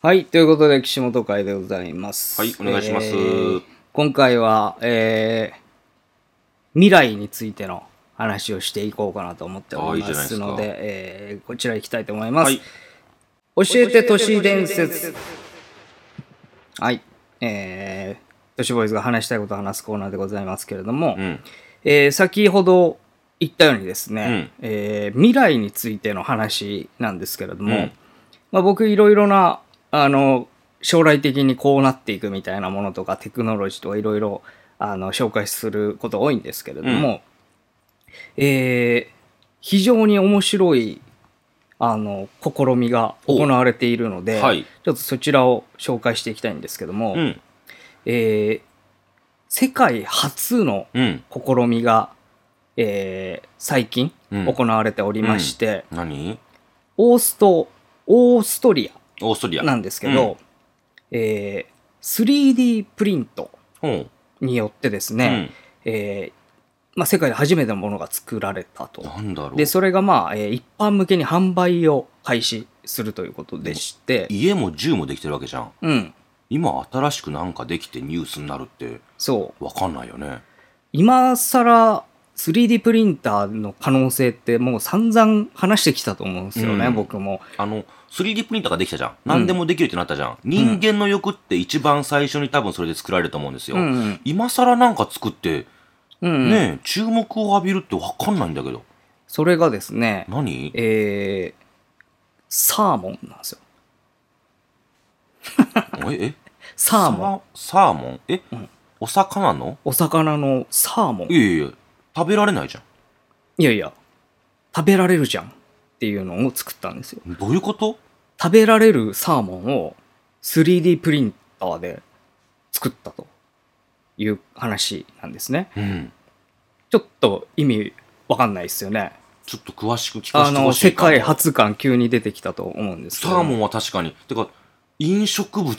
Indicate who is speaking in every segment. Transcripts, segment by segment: Speaker 1: はい、ということで、岸本会でございます。
Speaker 2: はいお願いします
Speaker 1: 今回は、えー未来についての話をしていこうかなと思っておりますので、
Speaker 2: あーいいじゃ
Speaker 1: えーこちら行きたいと思います。
Speaker 2: はい
Speaker 1: 教えて都市伝説。はい、えー、都市ボーイズが話したいことを話すコーナーでございますけれども、
Speaker 2: うん。
Speaker 1: えー先ほど言ったようにですね、
Speaker 2: う
Speaker 1: えー未来についての話なんですけれども、
Speaker 2: うん
Speaker 1: まあ、僕いろいろなあの将来的にこうなっていくみたいなものとかテクノロジーとかいろいろあの紹介すること多いんですけれども、えー非常に面白いあの試みが行われているので、
Speaker 2: はい。
Speaker 1: ちょっとそちらを紹介していきたいんですけども、
Speaker 2: うん。
Speaker 1: えー世界初の
Speaker 2: うん。
Speaker 1: 試みが、えー最近
Speaker 2: うん
Speaker 1: 行われておりまして、
Speaker 2: 何
Speaker 1: オーストオーストリ
Speaker 2: オーストリ
Speaker 1: ア
Speaker 2: ア。
Speaker 1: なんですけど、えー 3D プリント
Speaker 2: ほう。
Speaker 1: によってですね、えーまあ、世界で初めてのものが作られた
Speaker 2: う
Speaker 1: と
Speaker 2: ん。。なんだろう。
Speaker 1: でそれがまあ、えー一般向けに販売を開始するということでして、
Speaker 2: 家も銃もできてるわけじゃん。
Speaker 1: うん、
Speaker 2: 今新しくなんかできてニュースになるって
Speaker 1: そう
Speaker 2: わかんないよね。
Speaker 1: 今更 3D プリンターの可能性ってもう散々話してきたと思うんですよね、
Speaker 2: うん
Speaker 1: 僕も。
Speaker 2: あの、3D プリンターができたじゃん。何でもできるってなったじゃん。人間の欲って一番最初に多分それで作られると思うんですよ。
Speaker 1: うんうん
Speaker 2: 今更なんか作って、
Speaker 1: うんうん
Speaker 2: ねえ、注目を浴びるってわかんないんだけど。
Speaker 1: それがですね、
Speaker 2: 何
Speaker 1: えー、サーモンなんですよ。
Speaker 2: ええ
Speaker 1: サーモン。
Speaker 2: サーモンえ、
Speaker 1: うん
Speaker 2: お魚の
Speaker 1: お魚のサーモン
Speaker 2: い。やいやいや、食べられないじゃん。
Speaker 1: いやいや、食べられるじゃんっていうのを作ったんですよ。
Speaker 2: どういうこと
Speaker 1: 食べられるサーモンを 3D プリンターで作ったという話なんですね。
Speaker 2: うん。
Speaker 1: ちょっと意味わかんないですよね。
Speaker 2: ちょっと詳しく聞か
Speaker 1: あ
Speaker 2: せてほ
Speaker 1: の、
Speaker 2: しい
Speaker 1: 世
Speaker 2: かも
Speaker 1: 界初感急に出てきたと思うんですけ
Speaker 2: サ
Speaker 1: ど。
Speaker 2: ーモンは確かに。てか、飲食物。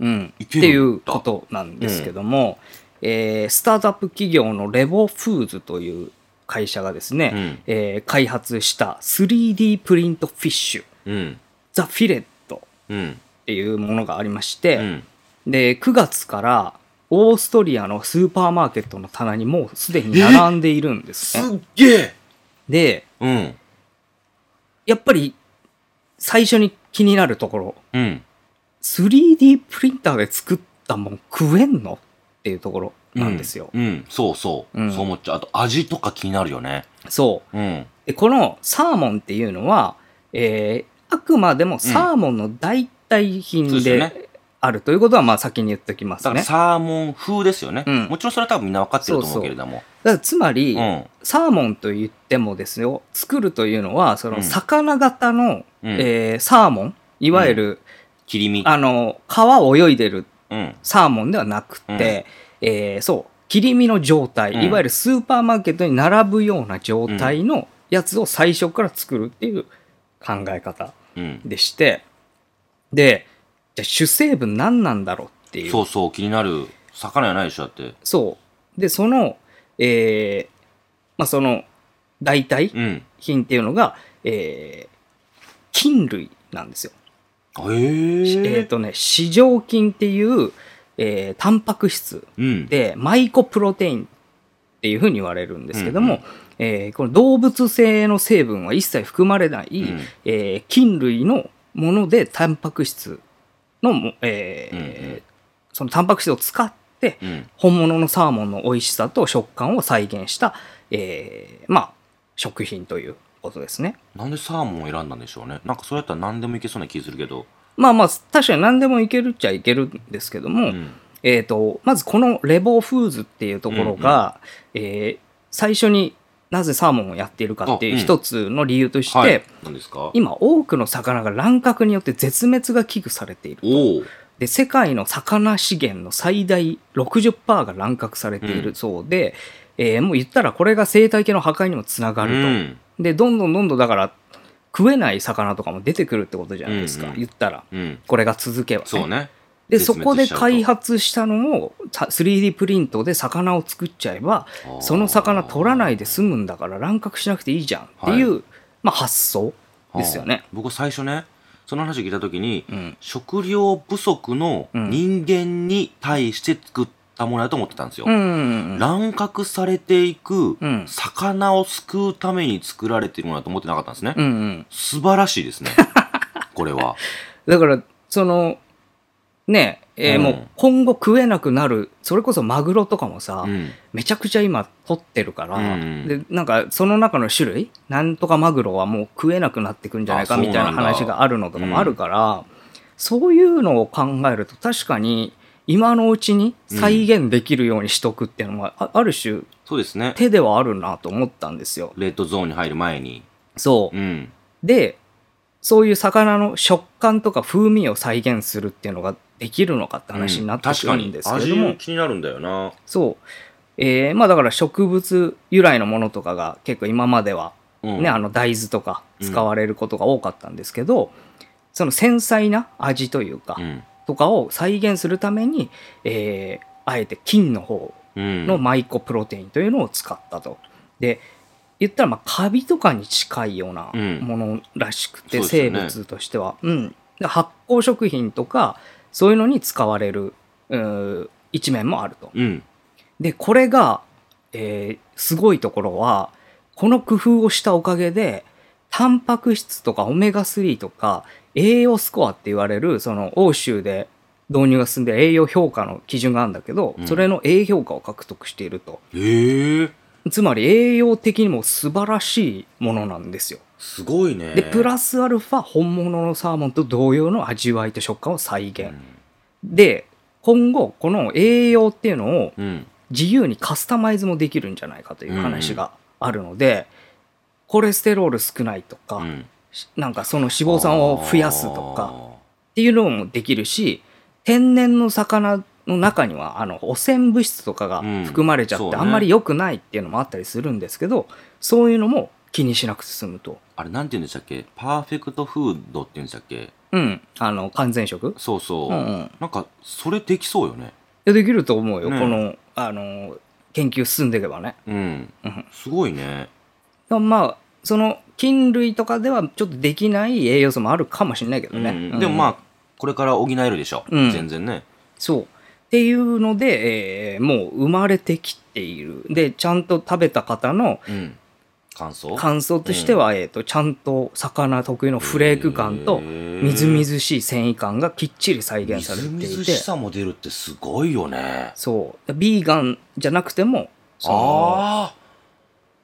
Speaker 1: うん、
Speaker 2: い
Speaker 1: って
Speaker 2: けるんだ
Speaker 1: いうことなんですけども、えースタートアップ企業のレボフーズという会社がですね、
Speaker 2: うん
Speaker 1: えー開発した 3D プリントフィッシュ
Speaker 2: うん。
Speaker 1: ザ・フィレットっ
Speaker 2: うん。
Speaker 1: ていうものがありまし
Speaker 2: う
Speaker 1: て、
Speaker 2: ん。
Speaker 1: で9月からオーストリアのスーパーマーケットの棚にもうすでに並んでいるんです
Speaker 2: す
Speaker 1: ね。
Speaker 2: っげえ
Speaker 1: で
Speaker 2: うん。
Speaker 1: やっぱり最初に気になるところ
Speaker 2: うん。
Speaker 1: 3D プリンターで作ったもん食えんのっていうところなんですよ。
Speaker 2: うん。うんそうそう。
Speaker 1: うん
Speaker 2: そう思っちゃう。あと、味とか気になるよね。
Speaker 1: そう
Speaker 2: うん。
Speaker 1: でこのサーモンっていうのは、えーあくまでもサーモンの代替
Speaker 2: そう
Speaker 1: 品
Speaker 2: ですよね。
Speaker 1: であるということは、まあ先に言っておきま
Speaker 2: だ
Speaker 1: す
Speaker 2: から
Speaker 1: ね。
Speaker 2: サーモン風ですよね。
Speaker 1: うん
Speaker 2: もちろんそれは多分みんな分かってると思うけれども。
Speaker 1: だからつまり、
Speaker 2: うん。
Speaker 1: サーモンと言ってもですよ、作るというのは、そうの
Speaker 2: ん
Speaker 1: 魚型の、
Speaker 2: うん
Speaker 1: えーサーモン、いわゆる、
Speaker 2: 切り身。
Speaker 1: あの、川を泳いでる
Speaker 2: うん。
Speaker 1: サーモンではなくて、えーそう、切り身の状態、
Speaker 2: うん
Speaker 1: いわゆるスーパーマーケットに並ぶような状態のやつを最初から作るっていう考え方。
Speaker 2: うん。
Speaker 1: でして、で、じゃあ主成分何なんだろうっていう。
Speaker 2: そうそう、気になる。魚じゃないでしょ、だって。
Speaker 1: そうで、その、えーまあその、代替
Speaker 2: うん。
Speaker 1: 品っていうのが、えー菌類なんですよ。
Speaker 2: え
Speaker 1: しえっ、
Speaker 2: ー。
Speaker 1: とね、糸状菌っていう、えータンパク質
Speaker 2: うん。
Speaker 1: で、マイコプロテインっていうふうに言われるんですけども、
Speaker 2: うん
Speaker 1: えーこの動物性の成分は一切含まれない、
Speaker 2: うん
Speaker 1: えー菌類のものでタンパク質のも、えー
Speaker 2: うんうん
Speaker 1: そのタンパク質を使って
Speaker 2: うん。
Speaker 1: 本物のサーモンの美味しさと食感を再現した、えーまあ食品ということですね。
Speaker 2: なんでサーモンを選んだんでしょうね。なんかそれやったら何でもいけそうな気するけど。
Speaker 1: まあまあ確かに何でもいけるっちゃいけるんですけども、
Speaker 2: うん。
Speaker 1: えー、とまずこのレボフーズっていうところが、えー最初になぜサーモンをやっているかっていう
Speaker 2: あうん
Speaker 1: 一つの理由として、
Speaker 2: はい。何ですか
Speaker 1: 今多くの魚が乱獲によって絶滅が危惧されている
Speaker 2: おお。
Speaker 1: で世界の魚資源の最大60%が乱獲されているそうで、えーもう言ったらこれが生態系の破壊にもつなが
Speaker 2: う
Speaker 1: ると、
Speaker 2: ん。
Speaker 1: でどんどんどんどんだから食えない魚とかも出てくるってことじゃないですか、
Speaker 2: うんうん
Speaker 1: 言ったら
Speaker 2: うん。
Speaker 1: これが続けば、ね
Speaker 2: そうね。
Speaker 1: で
Speaker 2: 絶
Speaker 1: そこ
Speaker 2: 滅
Speaker 1: で
Speaker 2: しちゃうと
Speaker 1: 開発したのをさ 3D プリントで魚を作っちゃえばその魚取らないで済むんだから乱獲しなくていいじゃんっていう、まあ、発想ですよね。
Speaker 2: 僕最初ねその話を聞いたときに、
Speaker 1: うん
Speaker 2: 食料不足の人間に対して作ったものだと思ってたんですよ。
Speaker 1: うんうん
Speaker 2: 乱獲されていく
Speaker 1: うん
Speaker 2: 魚を救うために作られているものだと思ってなかったんですね。
Speaker 1: うんうん
Speaker 2: 素晴らしいです ね。これは。
Speaker 1: だからそのねえー
Speaker 2: うん
Speaker 1: もう今後食えなくなるそれこそマグロとかもさ、
Speaker 2: うん。
Speaker 1: めちゃくちゃ今取ってるから、
Speaker 2: うん
Speaker 1: でなんかその中の種類なんとかマグロはもう食えなくなってくんじゃないか
Speaker 2: あそう
Speaker 1: み
Speaker 2: な
Speaker 1: た
Speaker 2: んだ
Speaker 1: いな話があるのとかもあるから、そういうのを考えると確かに今のうちに再現できるようにしとくっていうのは、あある種
Speaker 2: そうですね。
Speaker 1: 手ではあるなと思ったんですよ。
Speaker 2: レッドゾーンに入る前に。
Speaker 1: そうう。
Speaker 2: ん。
Speaker 1: で、そういう魚の食感とか風味を再現するっていうのができるのかって話になってくるんですけれども、
Speaker 2: うん確かに味気になるんだよな。
Speaker 1: そう。えーまあだから植物由来のものとかが結構今までは
Speaker 2: うん。
Speaker 1: ね、あの大豆とか使われることが多かったんですけど、その繊細な味というか、
Speaker 2: うん。
Speaker 1: とかを再現するために、えーあえて菌の方
Speaker 2: うん。
Speaker 1: のマイコプロテインというのを使ったと。で言ったらまあカビとかに近いような
Speaker 2: うん
Speaker 1: ものらしくて、
Speaker 2: そうです
Speaker 1: 生
Speaker 2: よね
Speaker 1: 物としては。うん、で発酵食品とかそういうのに使われるうー一面もあると。
Speaker 2: うん。
Speaker 1: でこれが、えーすごいところはこの工夫をしたおかげでタンパク質とかオメガ3とか栄養スコアって言われるその欧州で導入が進んで栄養評価の基準があるんだけど、
Speaker 2: うん
Speaker 1: それの A 評価を獲得していると
Speaker 2: へえ。
Speaker 1: つまり栄養的にも素晴らしいものなんですよ
Speaker 2: すごいね。
Speaker 1: でプラスアルファ本物のサーモンと同様の味わいと食感を再
Speaker 2: う
Speaker 1: 現、
Speaker 2: ん。
Speaker 1: で今後この栄養っていうのを
Speaker 2: うん。
Speaker 1: 自由にカスタマイズもできるんじゃないかという話があるので、コレステロール少ないとか、
Speaker 2: うん
Speaker 1: しなんかその脂肪酸を増やすとかっていうのもできるし天然の魚の中にはあの汚染物質とかが
Speaker 2: うん
Speaker 1: 含まれちゃって、
Speaker 2: そうね
Speaker 1: あんまり良くないっていうのもあったりするんですけどそういうのも気にしなくて済むと。
Speaker 2: あーあれ、なんて言うんでしたっけパーフェクトフードって言うんでしたっけ
Speaker 1: うん、あの完全食
Speaker 2: そうそう。
Speaker 1: うんうんい
Speaker 2: なんか、それできそうよね。
Speaker 1: やできると思うよ、
Speaker 2: ね
Speaker 1: このあの研究進んでいけばね。
Speaker 2: うん
Speaker 1: うん。
Speaker 2: すごいね。
Speaker 1: でもまあその菌類とかではちょっとできない栄養素もあるかもしれないけどね、
Speaker 2: うんでもまあ、これから補えるでしょ。
Speaker 1: うん
Speaker 2: 全然ね。
Speaker 1: そうっていうので、えーもう生まれてきているでちゃんと食べた方の
Speaker 2: うん。感想
Speaker 1: 感想としては、えー、とちゃんと魚特有のフレーク感とみずみ
Speaker 2: ず
Speaker 1: ずしい繊維感がきっちり再現されていて
Speaker 2: みずみずしさも出るってすごいよね。
Speaker 1: そうビーガンじゃなくてもその
Speaker 2: ああ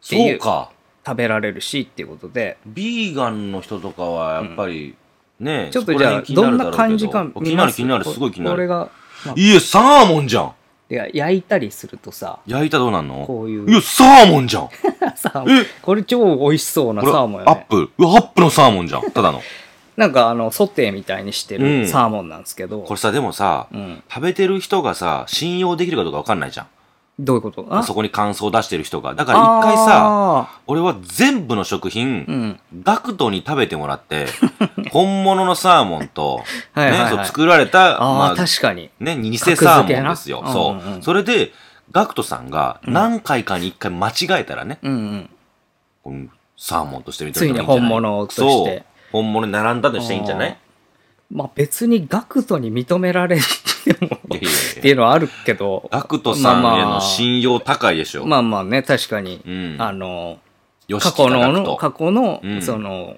Speaker 1: てい
Speaker 2: そううか
Speaker 1: 食べられるしっていうことで
Speaker 2: ビーガンの人とかはやっぱり、ね
Speaker 1: ちょっとじゃあ
Speaker 2: そこら
Speaker 1: どん
Speaker 2: 辺気にるだろ
Speaker 1: な
Speaker 2: うけ
Speaker 1: 感じか
Speaker 2: 気
Speaker 1: 見
Speaker 2: にな
Speaker 1: ま
Speaker 2: る気になるすごい気にな
Speaker 1: これ
Speaker 2: る
Speaker 1: がまあ
Speaker 2: いやサーモンじゃん
Speaker 1: いや焼いたりするとさ
Speaker 2: 焼いたらどうなんの
Speaker 1: こういう
Speaker 2: いやサーモンじゃんこ
Speaker 1: サーモン
Speaker 2: え
Speaker 1: これ超美味しそうな
Speaker 2: れ
Speaker 1: サーモン
Speaker 2: ア
Speaker 1: よね
Speaker 2: ップうわアップのサーモンじゃんただの
Speaker 1: なんかあのソテーみたいにして
Speaker 2: う
Speaker 1: る
Speaker 2: ん
Speaker 1: サーモンなんですけど、
Speaker 2: これさでもさ、
Speaker 1: うん、
Speaker 2: 食べてる人がさ信用できるかどうかわかんないじゃ
Speaker 1: どういうこと
Speaker 2: んそこに感想出してる人がだから一回さ
Speaker 1: さ
Speaker 2: 俺は全部の食品、
Speaker 1: うん
Speaker 2: ガクトに食べても らって、本物のサーモンと、
Speaker 1: はいはいはい
Speaker 2: ね、そう作られた、
Speaker 1: あ
Speaker 2: ま
Speaker 1: あ
Speaker 2: あ、
Speaker 1: 確かに
Speaker 2: ね、偽サーモンですよ。
Speaker 1: 格
Speaker 2: そ
Speaker 1: 付けなうんうんうん
Speaker 2: う。それで、ガクトさんが何回かに一回間違えたらね、
Speaker 1: うんうん
Speaker 2: うんサーモンとして認め
Speaker 1: つい
Speaker 2: てもいいんじ
Speaker 1: に
Speaker 2: ゃない
Speaker 1: 本物とし
Speaker 2: そう
Speaker 1: て。
Speaker 2: 本物に並んだとしていいんじゃない
Speaker 1: まあ別にガクトに認められても
Speaker 2: いやいやいや
Speaker 1: っていうのはあるけど
Speaker 2: ガクトさ
Speaker 1: まあ
Speaker 2: んへ
Speaker 1: まあ
Speaker 2: の信用高いでしょ。
Speaker 1: まあまあね確かに、
Speaker 2: うん。
Speaker 1: あの過
Speaker 2: 過
Speaker 1: 去のの過去の、
Speaker 2: うん
Speaker 1: その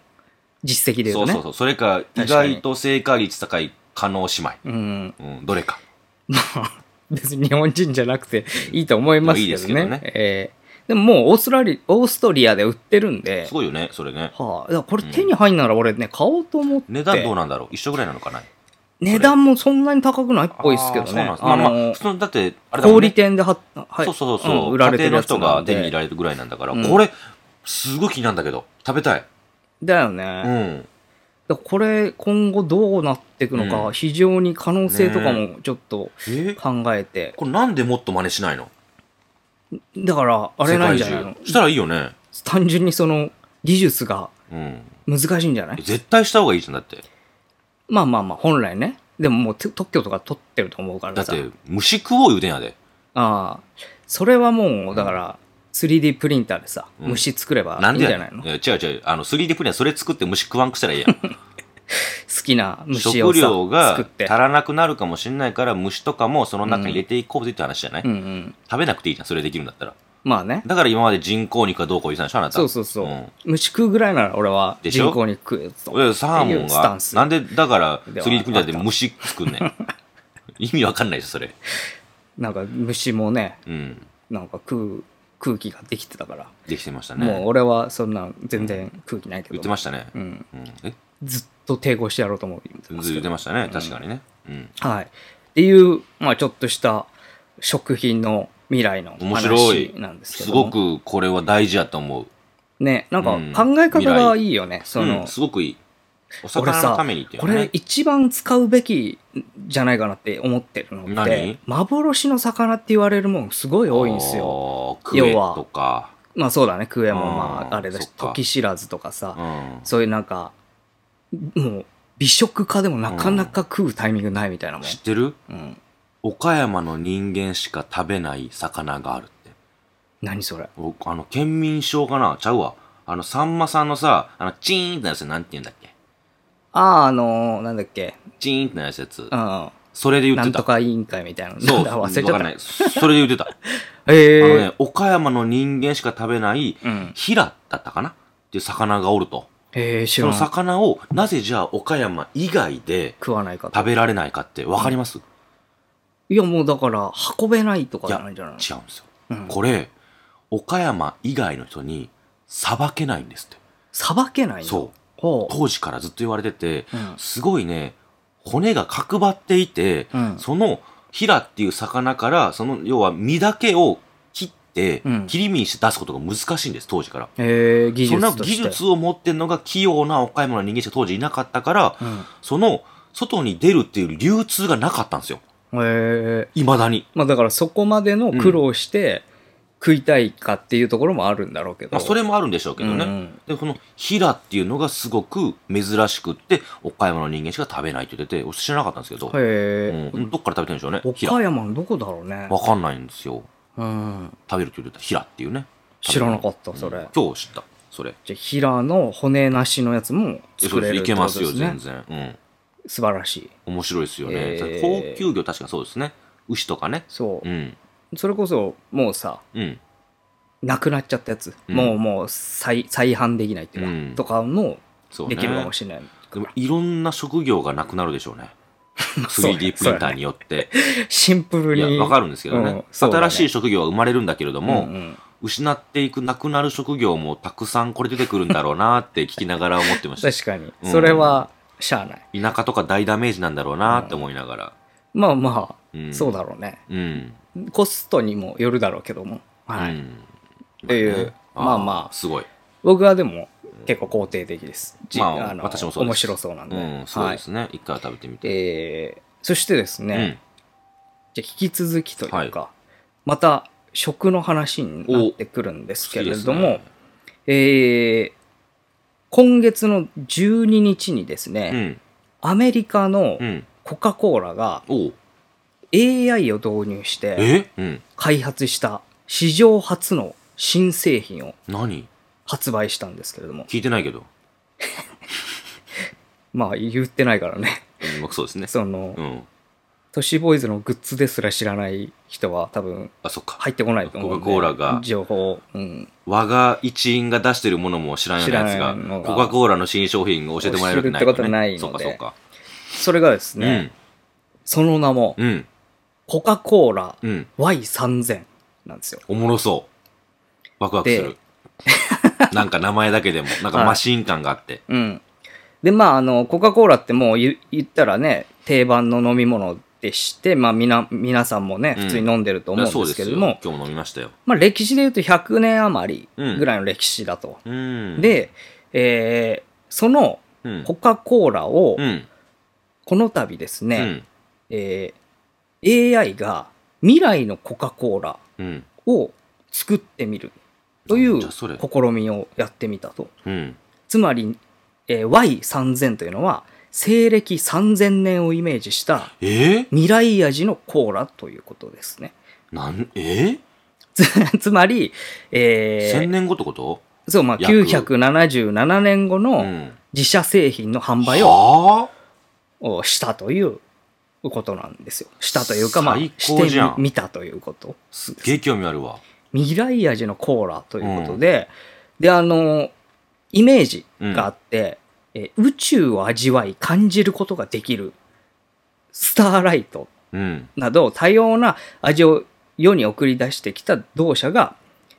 Speaker 1: 実績で言
Speaker 2: そうう
Speaker 1: ね
Speaker 2: そうそう。それか、意外と正解率高い加納姉
Speaker 1: うん
Speaker 2: 妹。うん、どれか。
Speaker 1: 別に日本人じゃなくていいと思いますけどね。
Speaker 2: いいですけどね
Speaker 1: えーでももうオーストラリオーストリアで売ってるんで、
Speaker 2: すごいよね、それね。
Speaker 1: はあ、だからこれ手に入んなら俺ね、買おうと思って。
Speaker 2: 値段どうなんだろう一緒ぐらいなのかな
Speaker 1: 値段もそんなに高くないっぽいですけど
Speaker 2: あーそう
Speaker 1: ね。
Speaker 2: なんですま
Speaker 1: あ
Speaker 2: あまあ、
Speaker 1: の
Speaker 2: 普通のだって、あれだ
Speaker 1: 小
Speaker 2: もん
Speaker 1: 売
Speaker 2: ね。
Speaker 1: 店では、はい、
Speaker 2: そうそうそう、
Speaker 1: ん売られてる
Speaker 2: 家庭の
Speaker 1: やつ
Speaker 2: 人
Speaker 1: な
Speaker 2: が
Speaker 1: ん
Speaker 2: 手に
Speaker 1: で
Speaker 2: 入れられるぐらいなんだから、
Speaker 1: うん
Speaker 2: これ、すごい気になるんだけど、食べたい。
Speaker 1: だよね。
Speaker 2: う
Speaker 1: だから
Speaker 2: ん。
Speaker 1: これ今後どうなっていくのか、
Speaker 2: うん
Speaker 1: 非常に可能性とかもちょっと
Speaker 2: え
Speaker 1: 考えて。
Speaker 2: これなんでもっと真似しないの
Speaker 1: だから、あれなんじゃない
Speaker 2: 世
Speaker 1: の
Speaker 2: 界中したらいいよね。
Speaker 1: 単純にその技術が
Speaker 2: うん。
Speaker 1: 難しいんじゃない
Speaker 2: 絶対した方がいいじゃん、だって。
Speaker 1: まあまあまあ、本来ね。でももうて特許とか取ってると思うから
Speaker 2: だっ
Speaker 1: さ。
Speaker 2: て、虫食おう言うてんやで。
Speaker 1: ああ。それはもう、だから、3D プリンターでさ、
Speaker 2: うん
Speaker 1: 虫作れば
Speaker 2: なん
Speaker 1: いいん
Speaker 2: で
Speaker 1: じゃ
Speaker 2: や
Speaker 1: な
Speaker 2: ね
Speaker 1: い
Speaker 2: ん
Speaker 1: の
Speaker 2: いや違う違う。あの、3D プリンターそれ作って虫食わんくしたらいいやん。
Speaker 1: 好きな 虫をさ
Speaker 2: 食料
Speaker 1: 作
Speaker 2: が
Speaker 1: って
Speaker 2: 足らなくなるかもしれないから、虫とかもその中に入れていこうぜって話じゃない、
Speaker 1: うんうん
Speaker 2: 食べなくていいじゃん、それできるんだったら。
Speaker 1: まあね
Speaker 2: だから今まで人工肉はどうこう言ってたんでしょ、あなた。
Speaker 1: そうそうそう、
Speaker 2: ん
Speaker 1: 虫食うぐらいなら俺は
Speaker 2: でしょ
Speaker 1: 人工に食うやつと
Speaker 2: いやサーモン
Speaker 1: っていうスタ
Speaker 2: が
Speaker 1: ン、ス
Speaker 2: なんで、だから、
Speaker 1: では
Speaker 2: 3D プリンターで虫作んね ん。意味わかんないでしょ、それ。
Speaker 1: なんか虫もね
Speaker 2: うん。
Speaker 1: なんか食う空気ができてたから、
Speaker 2: できてました
Speaker 1: もう
Speaker 2: ね。
Speaker 1: 俺はそんなん全然空気ないけど
Speaker 2: 言ってましたね。
Speaker 1: うん、
Speaker 2: うん。え
Speaker 1: ずっと抵抗してやろうと思ってますけ
Speaker 2: ずっ
Speaker 1: ど
Speaker 2: と言ってましたね。確かにね。うん。
Speaker 1: はい。っていう、まあちょっとした食品の未来の
Speaker 2: 面白
Speaker 1: 話
Speaker 2: い
Speaker 1: なん。ですけ
Speaker 2: す
Speaker 1: ども。
Speaker 2: ごくこれは大事やと思う。
Speaker 1: ね、なんか
Speaker 2: うん
Speaker 1: 考え方がいいよね。その、
Speaker 2: うん、すごくいい。お
Speaker 1: 俺
Speaker 2: 魚の
Speaker 1: さ
Speaker 2: ためにっていう
Speaker 1: こ
Speaker 2: の
Speaker 1: れ
Speaker 2: ね。
Speaker 1: 一番使うべきじゃないかなって思ってるのって
Speaker 2: 何、
Speaker 1: 幻の魚って言われるもんすごい多いんですよ。
Speaker 2: よク
Speaker 1: 要
Speaker 2: エ
Speaker 1: は
Speaker 2: とか。
Speaker 1: まあそうだね、クエもま
Speaker 2: うん
Speaker 1: ああれだし
Speaker 2: そっ、か
Speaker 1: 時知らずとかさ
Speaker 2: う、ん。
Speaker 1: そういうなんか、もう美食家でもなかなか食うタイミングないみたいなもん。
Speaker 2: 知ってる
Speaker 1: うん、
Speaker 2: 岡山の人間しか食べない魚があるって。
Speaker 1: 何それ。
Speaker 2: おあの、県民賞かなちゃうわ。あの、さんまさんのさ、あの、チーンってなやつ、なんて言うんだっけ
Speaker 1: ああ、あのーなんだっけ。
Speaker 2: チーンってなやつやつ
Speaker 1: う。ん。
Speaker 2: それで言
Speaker 1: な
Speaker 2: って
Speaker 1: んと
Speaker 2: た。
Speaker 1: か委員会みたいなの。
Speaker 2: そう、
Speaker 1: なんだ
Speaker 2: わ
Speaker 1: 忘れちゃ
Speaker 2: か
Speaker 1: っ
Speaker 2: ん
Speaker 1: た。
Speaker 2: ない。それで言 ってた。あの
Speaker 1: ええ
Speaker 2: ね、岡山の人間しか食べない、
Speaker 1: うん。
Speaker 2: ヒラだったかなっていう魚がおると。
Speaker 1: ええ知
Speaker 2: そ
Speaker 1: ら
Speaker 2: の
Speaker 1: ん。
Speaker 2: 魚を、なぜじゃあ岡山以外で
Speaker 1: 食わないかと
Speaker 2: 食べられないかってわかります、
Speaker 1: いや、もうだから、運べないとか
Speaker 2: い
Speaker 1: じゃ
Speaker 2: や、
Speaker 1: ない
Speaker 2: 違うん
Speaker 1: んじゃない
Speaker 2: ですよ。
Speaker 1: うん
Speaker 2: これ、岡山以外の人に、さばけないんですって。
Speaker 1: さばけないの
Speaker 2: そう。
Speaker 1: ほう。
Speaker 2: 当時からずっと言われてて、
Speaker 1: うん
Speaker 2: すごいね、骨が角張っていて、
Speaker 1: うん
Speaker 2: そのヒラっていう魚から、その要は身だけを切って、
Speaker 1: うん
Speaker 2: 切り身にして出すことが難しいんです、当時から。
Speaker 1: ええ技
Speaker 2: そんな
Speaker 1: 術と
Speaker 2: 技
Speaker 1: して。
Speaker 2: 術を持ってるのが器用な岡山の人間しか当時いなかったから、その外に出るっていう流通がなかったんですよ。
Speaker 1: うん。ええ
Speaker 2: 未だに。
Speaker 1: まあだから、そこまでの苦労して、食いたいかっていうところもあるんだろうけど。
Speaker 2: まあそれもあるんでしょうけどね。
Speaker 1: うんうん
Speaker 2: で、このヒラっていうのがすごく珍しくって、岡山の人間しか食べないって言ってて、俺知らなかったんですけど、
Speaker 1: へえ
Speaker 2: うん、どっから食べてるんでしょうね。ヒラ
Speaker 1: 岡山のどこだろうね。
Speaker 2: わかんないんですよ。
Speaker 1: うん。
Speaker 2: 食べるって言ってたヒラっていうね。
Speaker 1: 知らなかった、それ。
Speaker 2: うん今日知った。それ。
Speaker 1: じゃあ、ヒラの骨なしのやつも作れる
Speaker 2: い
Speaker 1: って
Speaker 2: けま
Speaker 1: こと
Speaker 2: す
Speaker 1: で
Speaker 2: よ、
Speaker 1: す
Speaker 2: 全
Speaker 1: ね。
Speaker 2: 然。うん。
Speaker 1: 素晴らしい。
Speaker 2: 面白いですよね。
Speaker 1: えー
Speaker 2: 高級魚確かそうですね。牛とかね。
Speaker 1: そう
Speaker 2: う。ん。
Speaker 1: それこそ、もうさ、
Speaker 2: うん。
Speaker 1: なくなっちゃったやつ、
Speaker 2: うん
Speaker 1: もうもう再再販できないっていうか、
Speaker 2: うん
Speaker 1: とかの
Speaker 2: そうね。
Speaker 1: できるかもしれない、
Speaker 2: でもいろんな職業がなくなるでしょうね。
Speaker 1: そうね
Speaker 2: 3D プリンターによって。
Speaker 1: シンプル
Speaker 2: い
Speaker 1: に
Speaker 2: や、わかるんですけどね。
Speaker 1: うんそうだね
Speaker 2: 新しい職業は生まれるんだけれども、
Speaker 1: うんうん
Speaker 2: 失っていく、なくなる職業もたくさんこれ出てくるんだろうなって聞きながら思ってまし た。
Speaker 1: 確かに
Speaker 2: うん
Speaker 1: それはしゃあない、
Speaker 2: 田舎とか大ダメージなんだろうなって思いながら。
Speaker 1: まあまあ、
Speaker 2: うん
Speaker 1: そうだろうね
Speaker 2: うん。
Speaker 1: コストにもよるだろうけども、はい
Speaker 2: うん。
Speaker 1: っていうまあまあ
Speaker 2: ーすごい。
Speaker 1: 僕はでも結構肯定的です、じ
Speaker 2: まあ私もそう
Speaker 1: 面
Speaker 2: です
Speaker 1: 白そうなんで、
Speaker 2: うん、そう
Speaker 1: は
Speaker 2: で
Speaker 1: い
Speaker 2: すね。一回は食べてみて。
Speaker 1: えーそしてですね、じゃあ引き続きというか、また食の話になってくるんですけれども、
Speaker 2: お好きで
Speaker 1: えー今月の12日にですね、
Speaker 2: うん。うん。
Speaker 1: アメリカの
Speaker 2: うん。
Speaker 1: コカ・コーラが
Speaker 2: おう
Speaker 1: AI を導入して
Speaker 2: えうん。
Speaker 1: 開発した史上初の新製品を
Speaker 2: 何
Speaker 1: 発売したんですけれども、
Speaker 2: 聞いてないけど。
Speaker 1: まあ言ってないからね、
Speaker 2: うんまあ、そうですね。
Speaker 1: その、
Speaker 2: うん。
Speaker 1: 都市ボーイズのグッズですら知らない人は多分
Speaker 2: あ、そっか。
Speaker 1: 入ってこないと思うんで、
Speaker 2: コカコーラが
Speaker 1: 情報、うん、
Speaker 2: 我が一員が出してるものも知らないやつ
Speaker 1: 知ら
Speaker 2: が
Speaker 1: ないの、が
Speaker 2: コカ・コーラの新商品を教えてもらえるわけない、
Speaker 1: 知るってことないので
Speaker 2: そうか、そうか。
Speaker 1: それがですね、その名も、
Speaker 2: うん。うん。
Speaker 1: コカ・コーラ
Speaker 2: うん。
Speaker 1: Y3000 なんですよ。
Speaker 2: おもろそう。ワクワクする。 なんか名前だけでも、なんかマシン感があって。
Speaker 1: うん。で、まあ、あの、コカ・コーラってもう言言ったらね、定番の飲み物でして、まあ、みな、皆さんもね、
Speaker 2: うん
Speaker 1: 普通に飲んでると思うんですけれども、
Speaker 2: そうですよ今日も飲みましたよ。
Speaker 1: まあ、歴史で言うと100年余
Speaker 2: う
Speaker 1: り
Speaker 2: ん
Speaker 1: ぐらいの歴史だと。
Speaker 2: うん。、
Speaker 1: で、えーその
Speaker 2: うん。
Speaker 1: コカ・コーラを
Speaker 2: う、ん。
Speaker 1: この度です
Speaker 2: う
Speaker 1: ね、
Speaker 2: ん。
Speaker 1: えー AI が未来のコカ・コーラ
Speaker 2: うん。
Speaker 1: を作ってみるとい
Speaker 2: なん
Speaker 1: う
Speaker 2: じゃそれ
Speaker 1: 試みをやってみたと。
Speaker 2: うん。
Speaker 1: つまり、えー Y3000 というのは西暦3000年をイメージした
Speaker 2: えー
Speaker 1: 未来味のコーラということですね。
Speaker 2: なん、え
Speaker 1: つつまり、
Speaker 2: ー、
Speaker 1: え
Speaker 2: 千年後ってこと
Speaker 1: ーそうまあ、
Speaker 2: 約
Speaker 1: 977年後
Speaker 2: う
Speaker 1: の
Speaker 2: ん。
Speaker 1: 自社製品の販売を
Speaker 2: は
Speaker 1: をしたということなんですよ。したというか、まあ、
Speaker 2: 最
Speaker 1: し
Speaker 2: 高じゃん
Speaker 1: てみたということ。
Speaker 2: あすっげえ興味あるわ。
Speaker 1: 未来味のコーラということで、で、あの、イメージがあって、え宇宙を味わい、感じることができる、スターライト
Speaker 2: うん。
Speaker 1: など多様な味を世に送り出してきた同社が、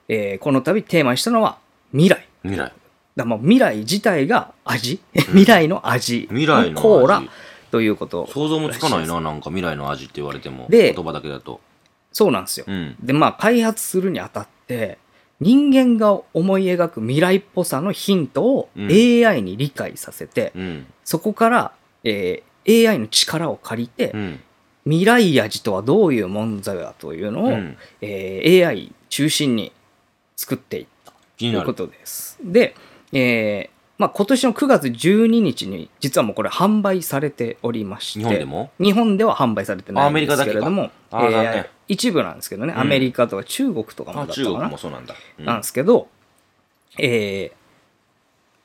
Speaker 1: えーこの度テーマにしたのは未来。
Speaker 2: 未来。
Speaker 1: だからもう未来自体が味 未来の味。
Speaker 2: 未来の味
Speaker 1: コーラということ。
Speaker 2: 想像もつかないな、なんか未来の味って言われても。
Speaker 1: で
Speaker 2: 言葉だけだと。
Speaker 1: そうなんですよ。
Speaker 2: うん。
Speaker 1: で、まあ開発するにあたって、人間が思い描く未来っぽさのヒントを
Speaker 2: うん
Speaker 1: AI に理解させて、
Speaker 2: うん。
Speaker 1: そこから、えー AI の力を借りて、
Speaker 2: うん。
Speaker 1: 未来味とはどういうもんぞやというのを、
Speaker 2: うん。
Speaker 1: えー AI 中心に作っていった
Speaker 2: 気
Speaker 1: と
Speaker 2: に
Speaker 1: い
Speaker 2: な
Speaker 1: うこ
Speaker 2: る。
Speaker 1: とです。で、えーまあ、今年の9月12日に実はもうこれ販売されておりまして
Speaker 2: 日本でも
Speaker 1: 日本では販売されてないんですけれども
Speaker 2: あアメリカだけかあー
Speaker 1: えー
Speaker 2: 残念
Speaker 1: 一部なんですけどね
Speaker 2: うん
Speaker 1: アメリカとか中国とかもだ
Speaker 2: あ、
Speaker 1: ったか
Speaker 2: 中
Speaker 1: な,、
Speaker 2: 国もそうなんだ。うん
Speaker 1: なんですけど、えー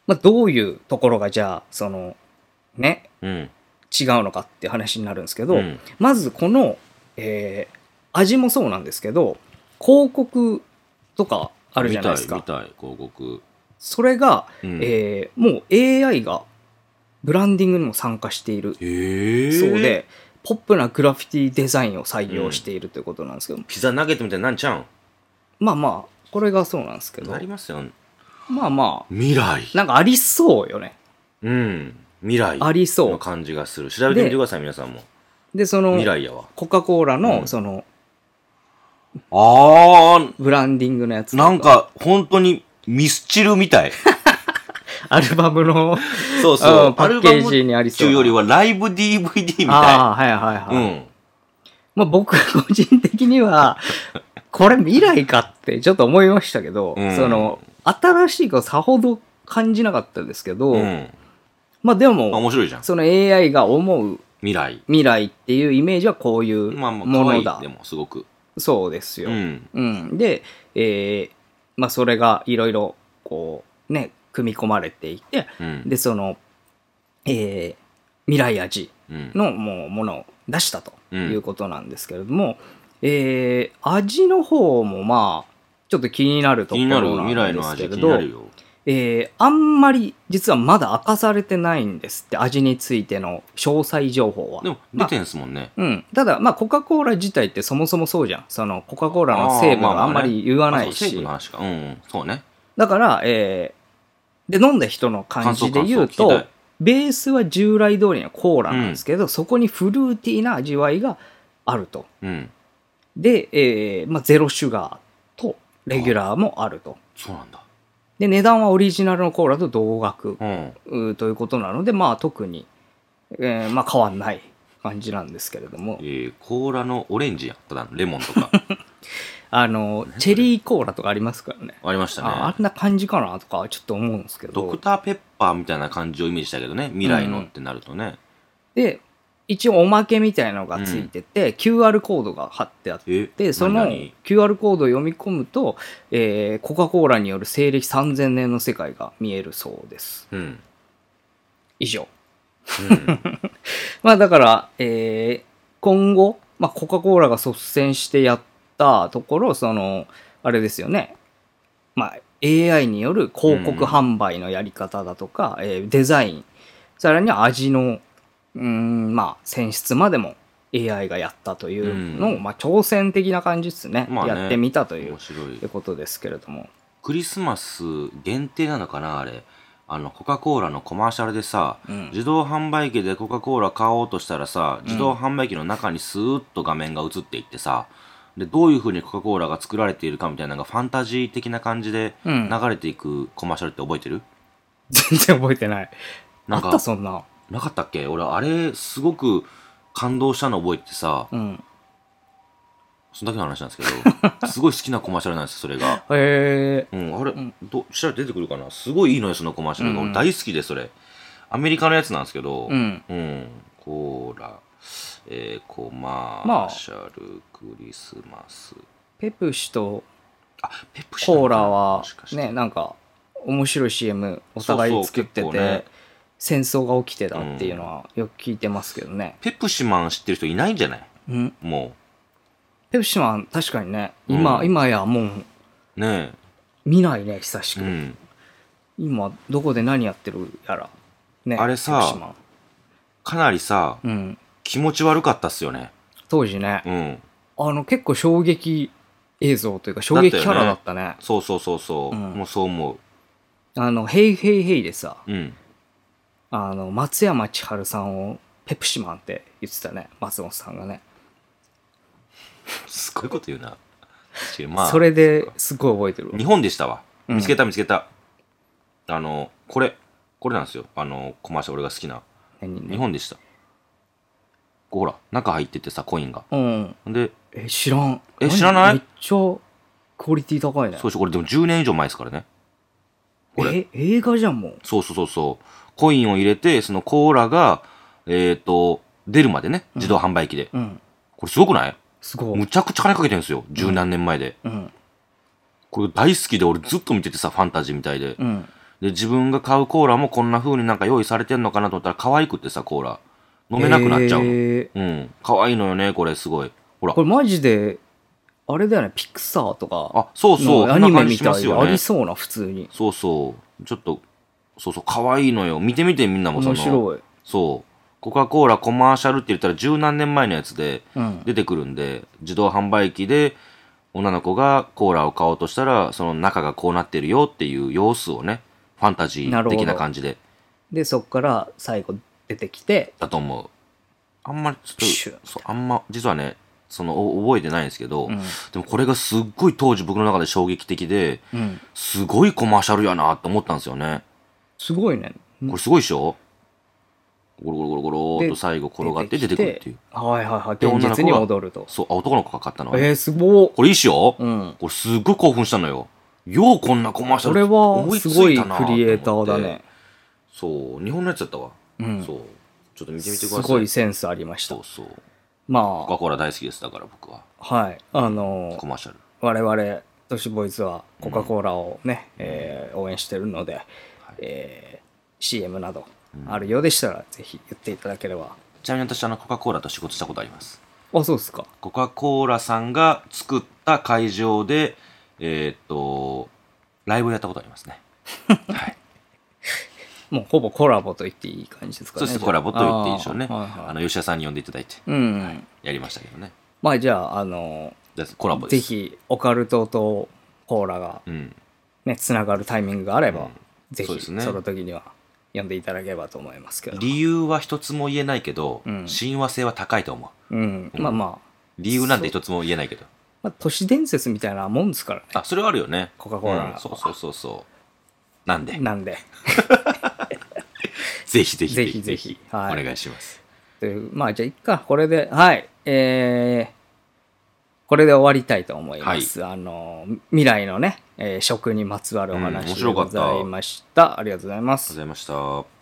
Speaker 1: まあ、どういうところがじゃあそのね
Speaker 2: うん。
Speaker 1: 違うのかっていう話になるんですけど、
Speaker 2: うん
Speaker 1: まずこの、えー味もそうなんですけど広告とかあるじゃないです
Speaker 2: 見
Speaker 1: か
Speaker 2: たい、見たい、広告。
Speaker 1: それが、
Speaker 2: うん
Speaker 1: えーもう AI がブランディングにも参加している
Speaker 2: へえ。
Speaker 1: そう。で、ポップなグラフィティデザインを採用しているということなんですけど、
Speaker 2: ピザ投げてみたいになんちゃうん
Speaker 1: まあまあこれがそうなんですけど
Speaker 2: なりますよ。
Speaker 1: まあまあ
Speaker 2: 未来。
Speaker 1: なんかありそうよね
Speaker 2: うん。未来。
Speaker 1: ありそ
Speaker 2: の
Speaker 1: う
Speaker 2: 感じがする。調べてみてください、皆さんも。
Speaker 1: でその
Speaker 2: 未来やわ。
Speaker 1: コカ・コーラ
Speaker 2: う
Speaker 1: の
Speaker 2: ん
Speaker 1: その
Speaker 2: あー、
Speaker 1: ブランディングのやつと
Speaker 2: なんか、本当に、ミスチルみたい。
Speaker 1: アルバムの
Speaker 2: そう
Speaker 1: う。
Speaker 2: そうん
Speaker 1: パッケージにありそう
Speaker 2: アルバムっていう
Speaker 1: な
Speaker 2: よりは、ライブ DVD みたい。
Speaker 1: ああはいはいはい、
Speaker 2: うん。
Speaker 1: まあ僕個人的に は、これ未来かってちょっと思いましたけど、
Speaker 2: うん
Speaker 1: その、新しいことさほど感じなかったですけど、
Speaker 2: うん。
Speaker 1: まあで
Speaker 2: まあ
Speaker 1: も、
Speaker 2: 面白いじゃん。
Speaker 1: その AI が思う
Speaker 2: 未来。
Speaker 1: 未来っていうイメージはこういう
Speaker 2: まあま
Speaker 1: も
Speaker 2: あ、可愛
Speaker 1: の
Speaker 2: い
Speaker 1: だ。
Speaker 2: でも、すごく。
Speaker 1: そうですよ。
Speaker 2: う
Speaker 1: うん。
Speaker 2: ん。
Speaker 1: で、えーまあそれがいろいろ、こう、ね、組み込まれていて、
Speaker 2: うん。
Speaker 1: で、その、えー未来味
Speaker 2: うん。
Speaker 1: のもうものを出したと
Speaker 2: うん
Speaker 1: いうことなんですけれども、えー味の方もまあちょっと気になると
Speaker 2: 気
Speaker 1: こ
Speaker 2: になる
Speaker 1: ろ
Speaker 2: 未
Speaker 1: な
Speaker 2: 来
Speaker 1: んで
Speaker 2: の
Speaker 1: すけ
Speaker 2: 味
Speaker 1: れ
Speaker 2: 気に
Speaker 1: ど
Speaker 2: な、るよ。
Speaker 1: えーあんまり実はまだ明かされてないんですって味についての詳細情報は。
Speaker 2: でも出てんすもんね。
Speaker 1: うん、ただ、まあ、コカ・コーラ自体ってそもそもそうじゃん。そのコカ・コーラ
Speaker 2: あ
Speaker 1: の
Speaker 2: ー
Speaker 1: 成分
Speaker 2: まあま
Speaker 1: が
Speaker 2: あ
Speaker 1: あんまり言わない
Speaker 2: あそう成
Speaker 1: し
Speaker 2: 分の、話か。うんうん。そうね。
Speaker 1: だから、えーで飲んだ人の感じで言う
Speaker 2: 感想感想聞
Speaker 1: と
Speaker 2: きたい
Speaker 1: ベースは従来通りのコーラなんですけど、そこにフルーティーな味わいがあると
Speaker 2: うん。
Speaker 1: で、えーまあ、ゼロシュガーとレギュラーもあると。
Speaker 2: そうなんだ。
Speaker 1: で、値段はオリジナルのコーラと同額
Speaker 2: うん。
Speaker 1: うーということなので、まあ特に、えーまあ変わんない感じなんですけれども
Speaker 2: え、ー、コーラのオレンジやん。ただのレモン とか。
Speaker 1: あの、チェリーコーラとかありますからね。
Speaker 2: ありましたね。
Speaker 1: ああんな感じかなとかちょっと思うんですけ
Speaker 2: ドク
Speaker 1: ど。
Speaker 2: ターペッパーみたいな感じをイメージしたけどね。未来のってなるとね。
Speaker 1: で、一応おまけみたいなのがついてて、QR コードが貼ってあって、
Speaker 2: え
Speaker 1: でその
Speaker 2: 何
Speaker 1: QR コードを読み込むと、えーコカ・コーラによる西暦3000年の世界が見えるそうです。
Speaker 2: 々うん。
Speaker 1: 以上。
Speaker 2: うん。
Speaker 1: まあだから、えー今後、まあ、コカ・コーラが率先してやったところ、その、あれですよね。まあ、AI による広告販売のやり方だとか、えーデザイン、さらには味の、うーん、まあ、選出までも AI がやったというのを、
Speaker 2: うん
Speaker 1: まあ、挑戦的な感じですね。
Speaker 2: まあね
Speaker 1: やってみたという
Speaker 2: 面白い
Speaker 1: という。ことですけれども。
Speaker 2: クリスマス限定なのかなあれ。あの、コカ・コーラのコマーシャルでさ、
Speaker 1: うん
Speaker 2: 自動販売機でコカ・コーラ買おうとしたらさ、自動販売機の中にスーッと画面が映っていってさ、で、どういう風にコカ・コーラが作られているかみたいなのがファンタジー的な感じで
Speaker 1: うん
Speaker 2: 流れていくコマーシャルって覚えてる
Speaker 1: 全然覚えてない。
Speaker 2: なん
Speaker 1: あ
Speaker 2: か
Speaker 1: った、そんな。
Speaker 2: なかったっけ俺、あれ、すごく感動したの覚えてさ、
Speaker 1: うん。
Speaker 2: そんだけの話なんですけど、すごい好きなコマーシャルなんですよ、それが。
Speaker 1: え
Speaker 2: うん、あれ、
Speaker 1: ん
Speaker 2: ど調べて出てくるかなすごいいいのよ、そのコマーシャルが。
Speaker 1: うん
Speaker 2: 俺大好きで、それ。アメリカのやつなんですけ
Speaker 1: ー、
Speaker 2: ど、
Speaker 1: うん。
Speaker 2: うんコーラ、えー、コマ
Speaker 1: ま
Speaker 2: ー
Speaker 1: あ
Speaker 2: シャル、クリスマス。
Speaker 1: ペプシと
Speaker 2: あ、ペプシなの
Speaker 1: コー
Speaker 2: かな
Speaker 1: ラは
Speaker 2: もしかして
Speaker 1: ねなんか面白い CM お互い作って
Speaker 2: そうそう結構ね
Speaker 1: て戦争が起きてたっていうのはよく聞いてますけどね。
Speaker 2: ペプシマン知ってる人いないんじゃない
Speaker 1: うん。
Speaker 2: も
Speaker 1: ペプシマン確かにね、今、
Speaker 2: うん
Speaker 1: 今やもう
Speaker 2: う。ね
Speaker 1: 見ないね、久し
Speaker 2: え。
Speaker 1: く。
Speaker 2: うん。
Speaker 1: 今、どこで何やってるやら。ね。
Speaker 2: あれさ
Speaker 1: ペプシマ
Speaker 2: かなりさ、
Speaker 1: ンうん。
Speaker 2: 気持ち悪かったっすよね。
Speaker 1: 当時ね、
Speaker 2: うん。
Speaker 1: あの、結構衝撃映像というか、衝撃キャラだったね。
Speaker 2: そうそうそうそう。
Speaker 1: うん
Speaker 2: もうそう思
Speaker 1: あの、ヘイヘイヘイでさ、
Speaker 2: う。うん。
Speaker 1: あの、松山千春さんをペプシマンって言ってたね、松本さんがね。
Speaker 2: すごいこと言うな。違うまあ、
Speaker 1: それですごい覚えて
Speaker 2: 日
Speaker 1: る
Speaker 2: 本でしたわ。
Speaker 1: うん
Speaker 2: 見つけた見つけた。あの、これ、これなんですよ。あの、コマーシャル俺が好きな。
Speaker 1: 何
Speaker 2: 日本でした。こうほら、中入っててさ、コインが。
Speaker 1: うん。
Speaker 2: で、
Speaker 1: え、知らん。
Speaker 2: え
Speaker 1: 何
Speaker 2: 知らない
Speaker 1: めっちゃクオリティ高いね。
Speaker 2: そうでしょ、これでも10年以上前ですからね。これ。
Speaker 1: え、映画じゃん、もう。
Speaker 2: そうそうそうそう。コインを入れて、そのコーラが、えっ、と、出るまでね、自動販売機で。
Speaker 1: うん。
Speaker 2: これすごくない
Speaker 1: すご
Speaker 2: む
Speaker 1: い。
Speaker 2: ちゃくちゃ金かけてるんですよ。十何年前で。
Speaker 1: うん。
Speaker 2: これ大好きで、俺ずっと見ててさ、ファンタジーみたいで。
Speaker 1: うん。
Speaker 2: で、自分が買うコーラもこんな風になんか用意されてんのかなと思ったら可愛くってさ、コーラ。飲めなくなっちゃうの。
Speaker 1: えー
Speaker 2: うん。可愛いのよね、これ、すごい。ほら
Speaker 1: こ。れマジで、あれだよね、ピクサーと
Speaker 2: あ
Speaker 1: か、、
Speaker 2: そうそう。
Speaker 1: のアニメみ
Speaker 2: そんな感じし
Speaker 1: た
Speaker 2: ま
Speaker 1: い
Speaker 2: す
Speaker 1: で
Speaker 2: よ
Speaker 1: あ
Speaker 2: ね
Speaker 1: り。そうな、普通に。
Speaker 2: そうそう。ちょっと、そうそう、可愛いのよ。見てみて、みんなもその。
Speaker 1: 面白い。
Speaker 2: そう。コカ・コーラコマーシャルって言ったら十何年前のやつで
Speaker 1: うん。
Speaker 2: 出てくるんで、自動販売機で女の子がコーラを買おうとしたら、その中がこうなってるよっていう様子をね、ファンタジ
Speaker 1: な
Speaker 2: ー
Speaker 1: るほど
Speaker 2: 的な感じで、
Speaker 1: で、そっから最後出てきて、
Speaker 2: だと思う。あんまり、ち
Speaker 1: プシ
Speaker 2: ょ
Speaker 1: ュ
Speaker 2: っと、そう、あんま、実はね、その、お覚えてないんですけど、
Speaker 1: うん
Speaker 2: でもこれがすっごい当時僕の中で衝撃的で、
Speaker 1: うん。
Speaker 2: すごいコマーシャルやなと思ったんですよね。
Speaker 1: すごいね。
Speaker 2: これすごいでしょゴロゴロゴロゴローっと最後転がって出てくるっていう。
Speaker 1: はいはい
Speaker 2: で
Speaker 1: はい。現
Speaker 2: 女の
Speaker 1: 実
Speaker 2: 子
Speaker 1: に
Speaker 2: が
Speaker 1: 戻ると。
Speaker 2: そう、あ、男の子が買ったのはね、
Speaker 1: えー、すごっ
Speaker 2: これいいっしょ、
Speaker 1: うん。
Speaker 2: これすっごい興奮したのよ。ようこんなコマーシャ
Speaker 1: そ
Speaker 2: ル
Speaker 1: れ
Speaker 2: 思
Speaker 1: は、
Speaker 2: つ
Speaker 1: すごい
Speaker 2: たなと
Speaker 1: ク
Speaker 2: 思って
Speaker 1: リエイターだね。。
Speaker 2: そう、日本のやつだったわ。
Speaker 1: うん
Speaker 2: そう。ちょっと見てみてく
Speaker 1: す
Speaker 2: ださい。
Speaker 1: ごいセンスありました
Speaker 2: そう。そう。
Speaker 1: ま
Speaker 2: コカ・
Speaker 1: あ、
Speaker 2: コーラ大好きです、だから僕は。
Speaker 1: はい。あの
Speaker 2: コ
Speaker 1: ー、
Speaker 2: マーシャル。
Speaker 1: 我々、都市ボーイズはコカ・コーラをね、えー応援してるので、えー CM などあるようでしたら、ぜひ言っていただければ。
Speaker 2: ちなみに私、あの、コカ・コーラと仕事したことあります。
Speaker 1: あ、そうですか。
Speaker 2: コカ・コーラさんが作った会場で、えーっと、ライブをやったことありますね。はい。
Speaker 1: もうほぼコラボと言っていい感じですか
Speaker 2: そ
Speaker 1: ね。
Speaker 2: してコラボと言っていいでしょうね。
Speaker 1: あーはい
Speaker 2: あ
Speaker 1: はい
Speaker 2: の、吉田さんに呼んでいただいて、
Speaker 1: うん。
Speaker 2: やりましたけどね。
Speaker 1: まあじゃあ、あの
Speaker 2: でコラボ
Speaker 1: ー、
Speaker 2: です。
Speaker 1: ぜ。ひ、オカルトとコーラが
Speaker 2: うん。
Speaker 1: ね、つながるタイミングがあれば、
Speaker 2: うん
Speaker 1: ぜ
Speaker 2: そう
Speaker 1: ひ
Speaker 2: です
Speaker 1: そ,、
Speaker 2: ね
Speaker 1: の時には読んでいただければと思いますけど、
Speaker 2: 理由は一つも言えないけど、
Speaker 1: うん
Speaker 2: 親和性は高いと思う。
Speaker 1: うん、まあまあ、
Speaker 2: 理由なんて一つも言えないけど。
Speaker 1: まあ、都市伝説みたいなもんですからね
Speaker 2: あ、それはあるよね。
Speaker 1: コカコーラ
Speaker 2: うんそうそうそうそう。なんで、
Speaker 1: なんで
Speaker 2: ぜひぜひ
Speaker 1: ぜひぜひ
Speaker 2: お
Speaker 1: はい
Speaker 2: 願いします。
Speaker 1: というまあじゃあいっかこれではいえーこれで終わりたいと思います。あの、未来のね、えー食にまつわるお
Speaker 2: うん面
Speaker 1: 話で
Speaker 2: 白
Speaker 1: ご
Speaker 2: かった
Speaker 1: ざいました。ありがとうございま
Speaker 2: あ
Speaker 1: す
Speaker 2: りがとうご。ざいました。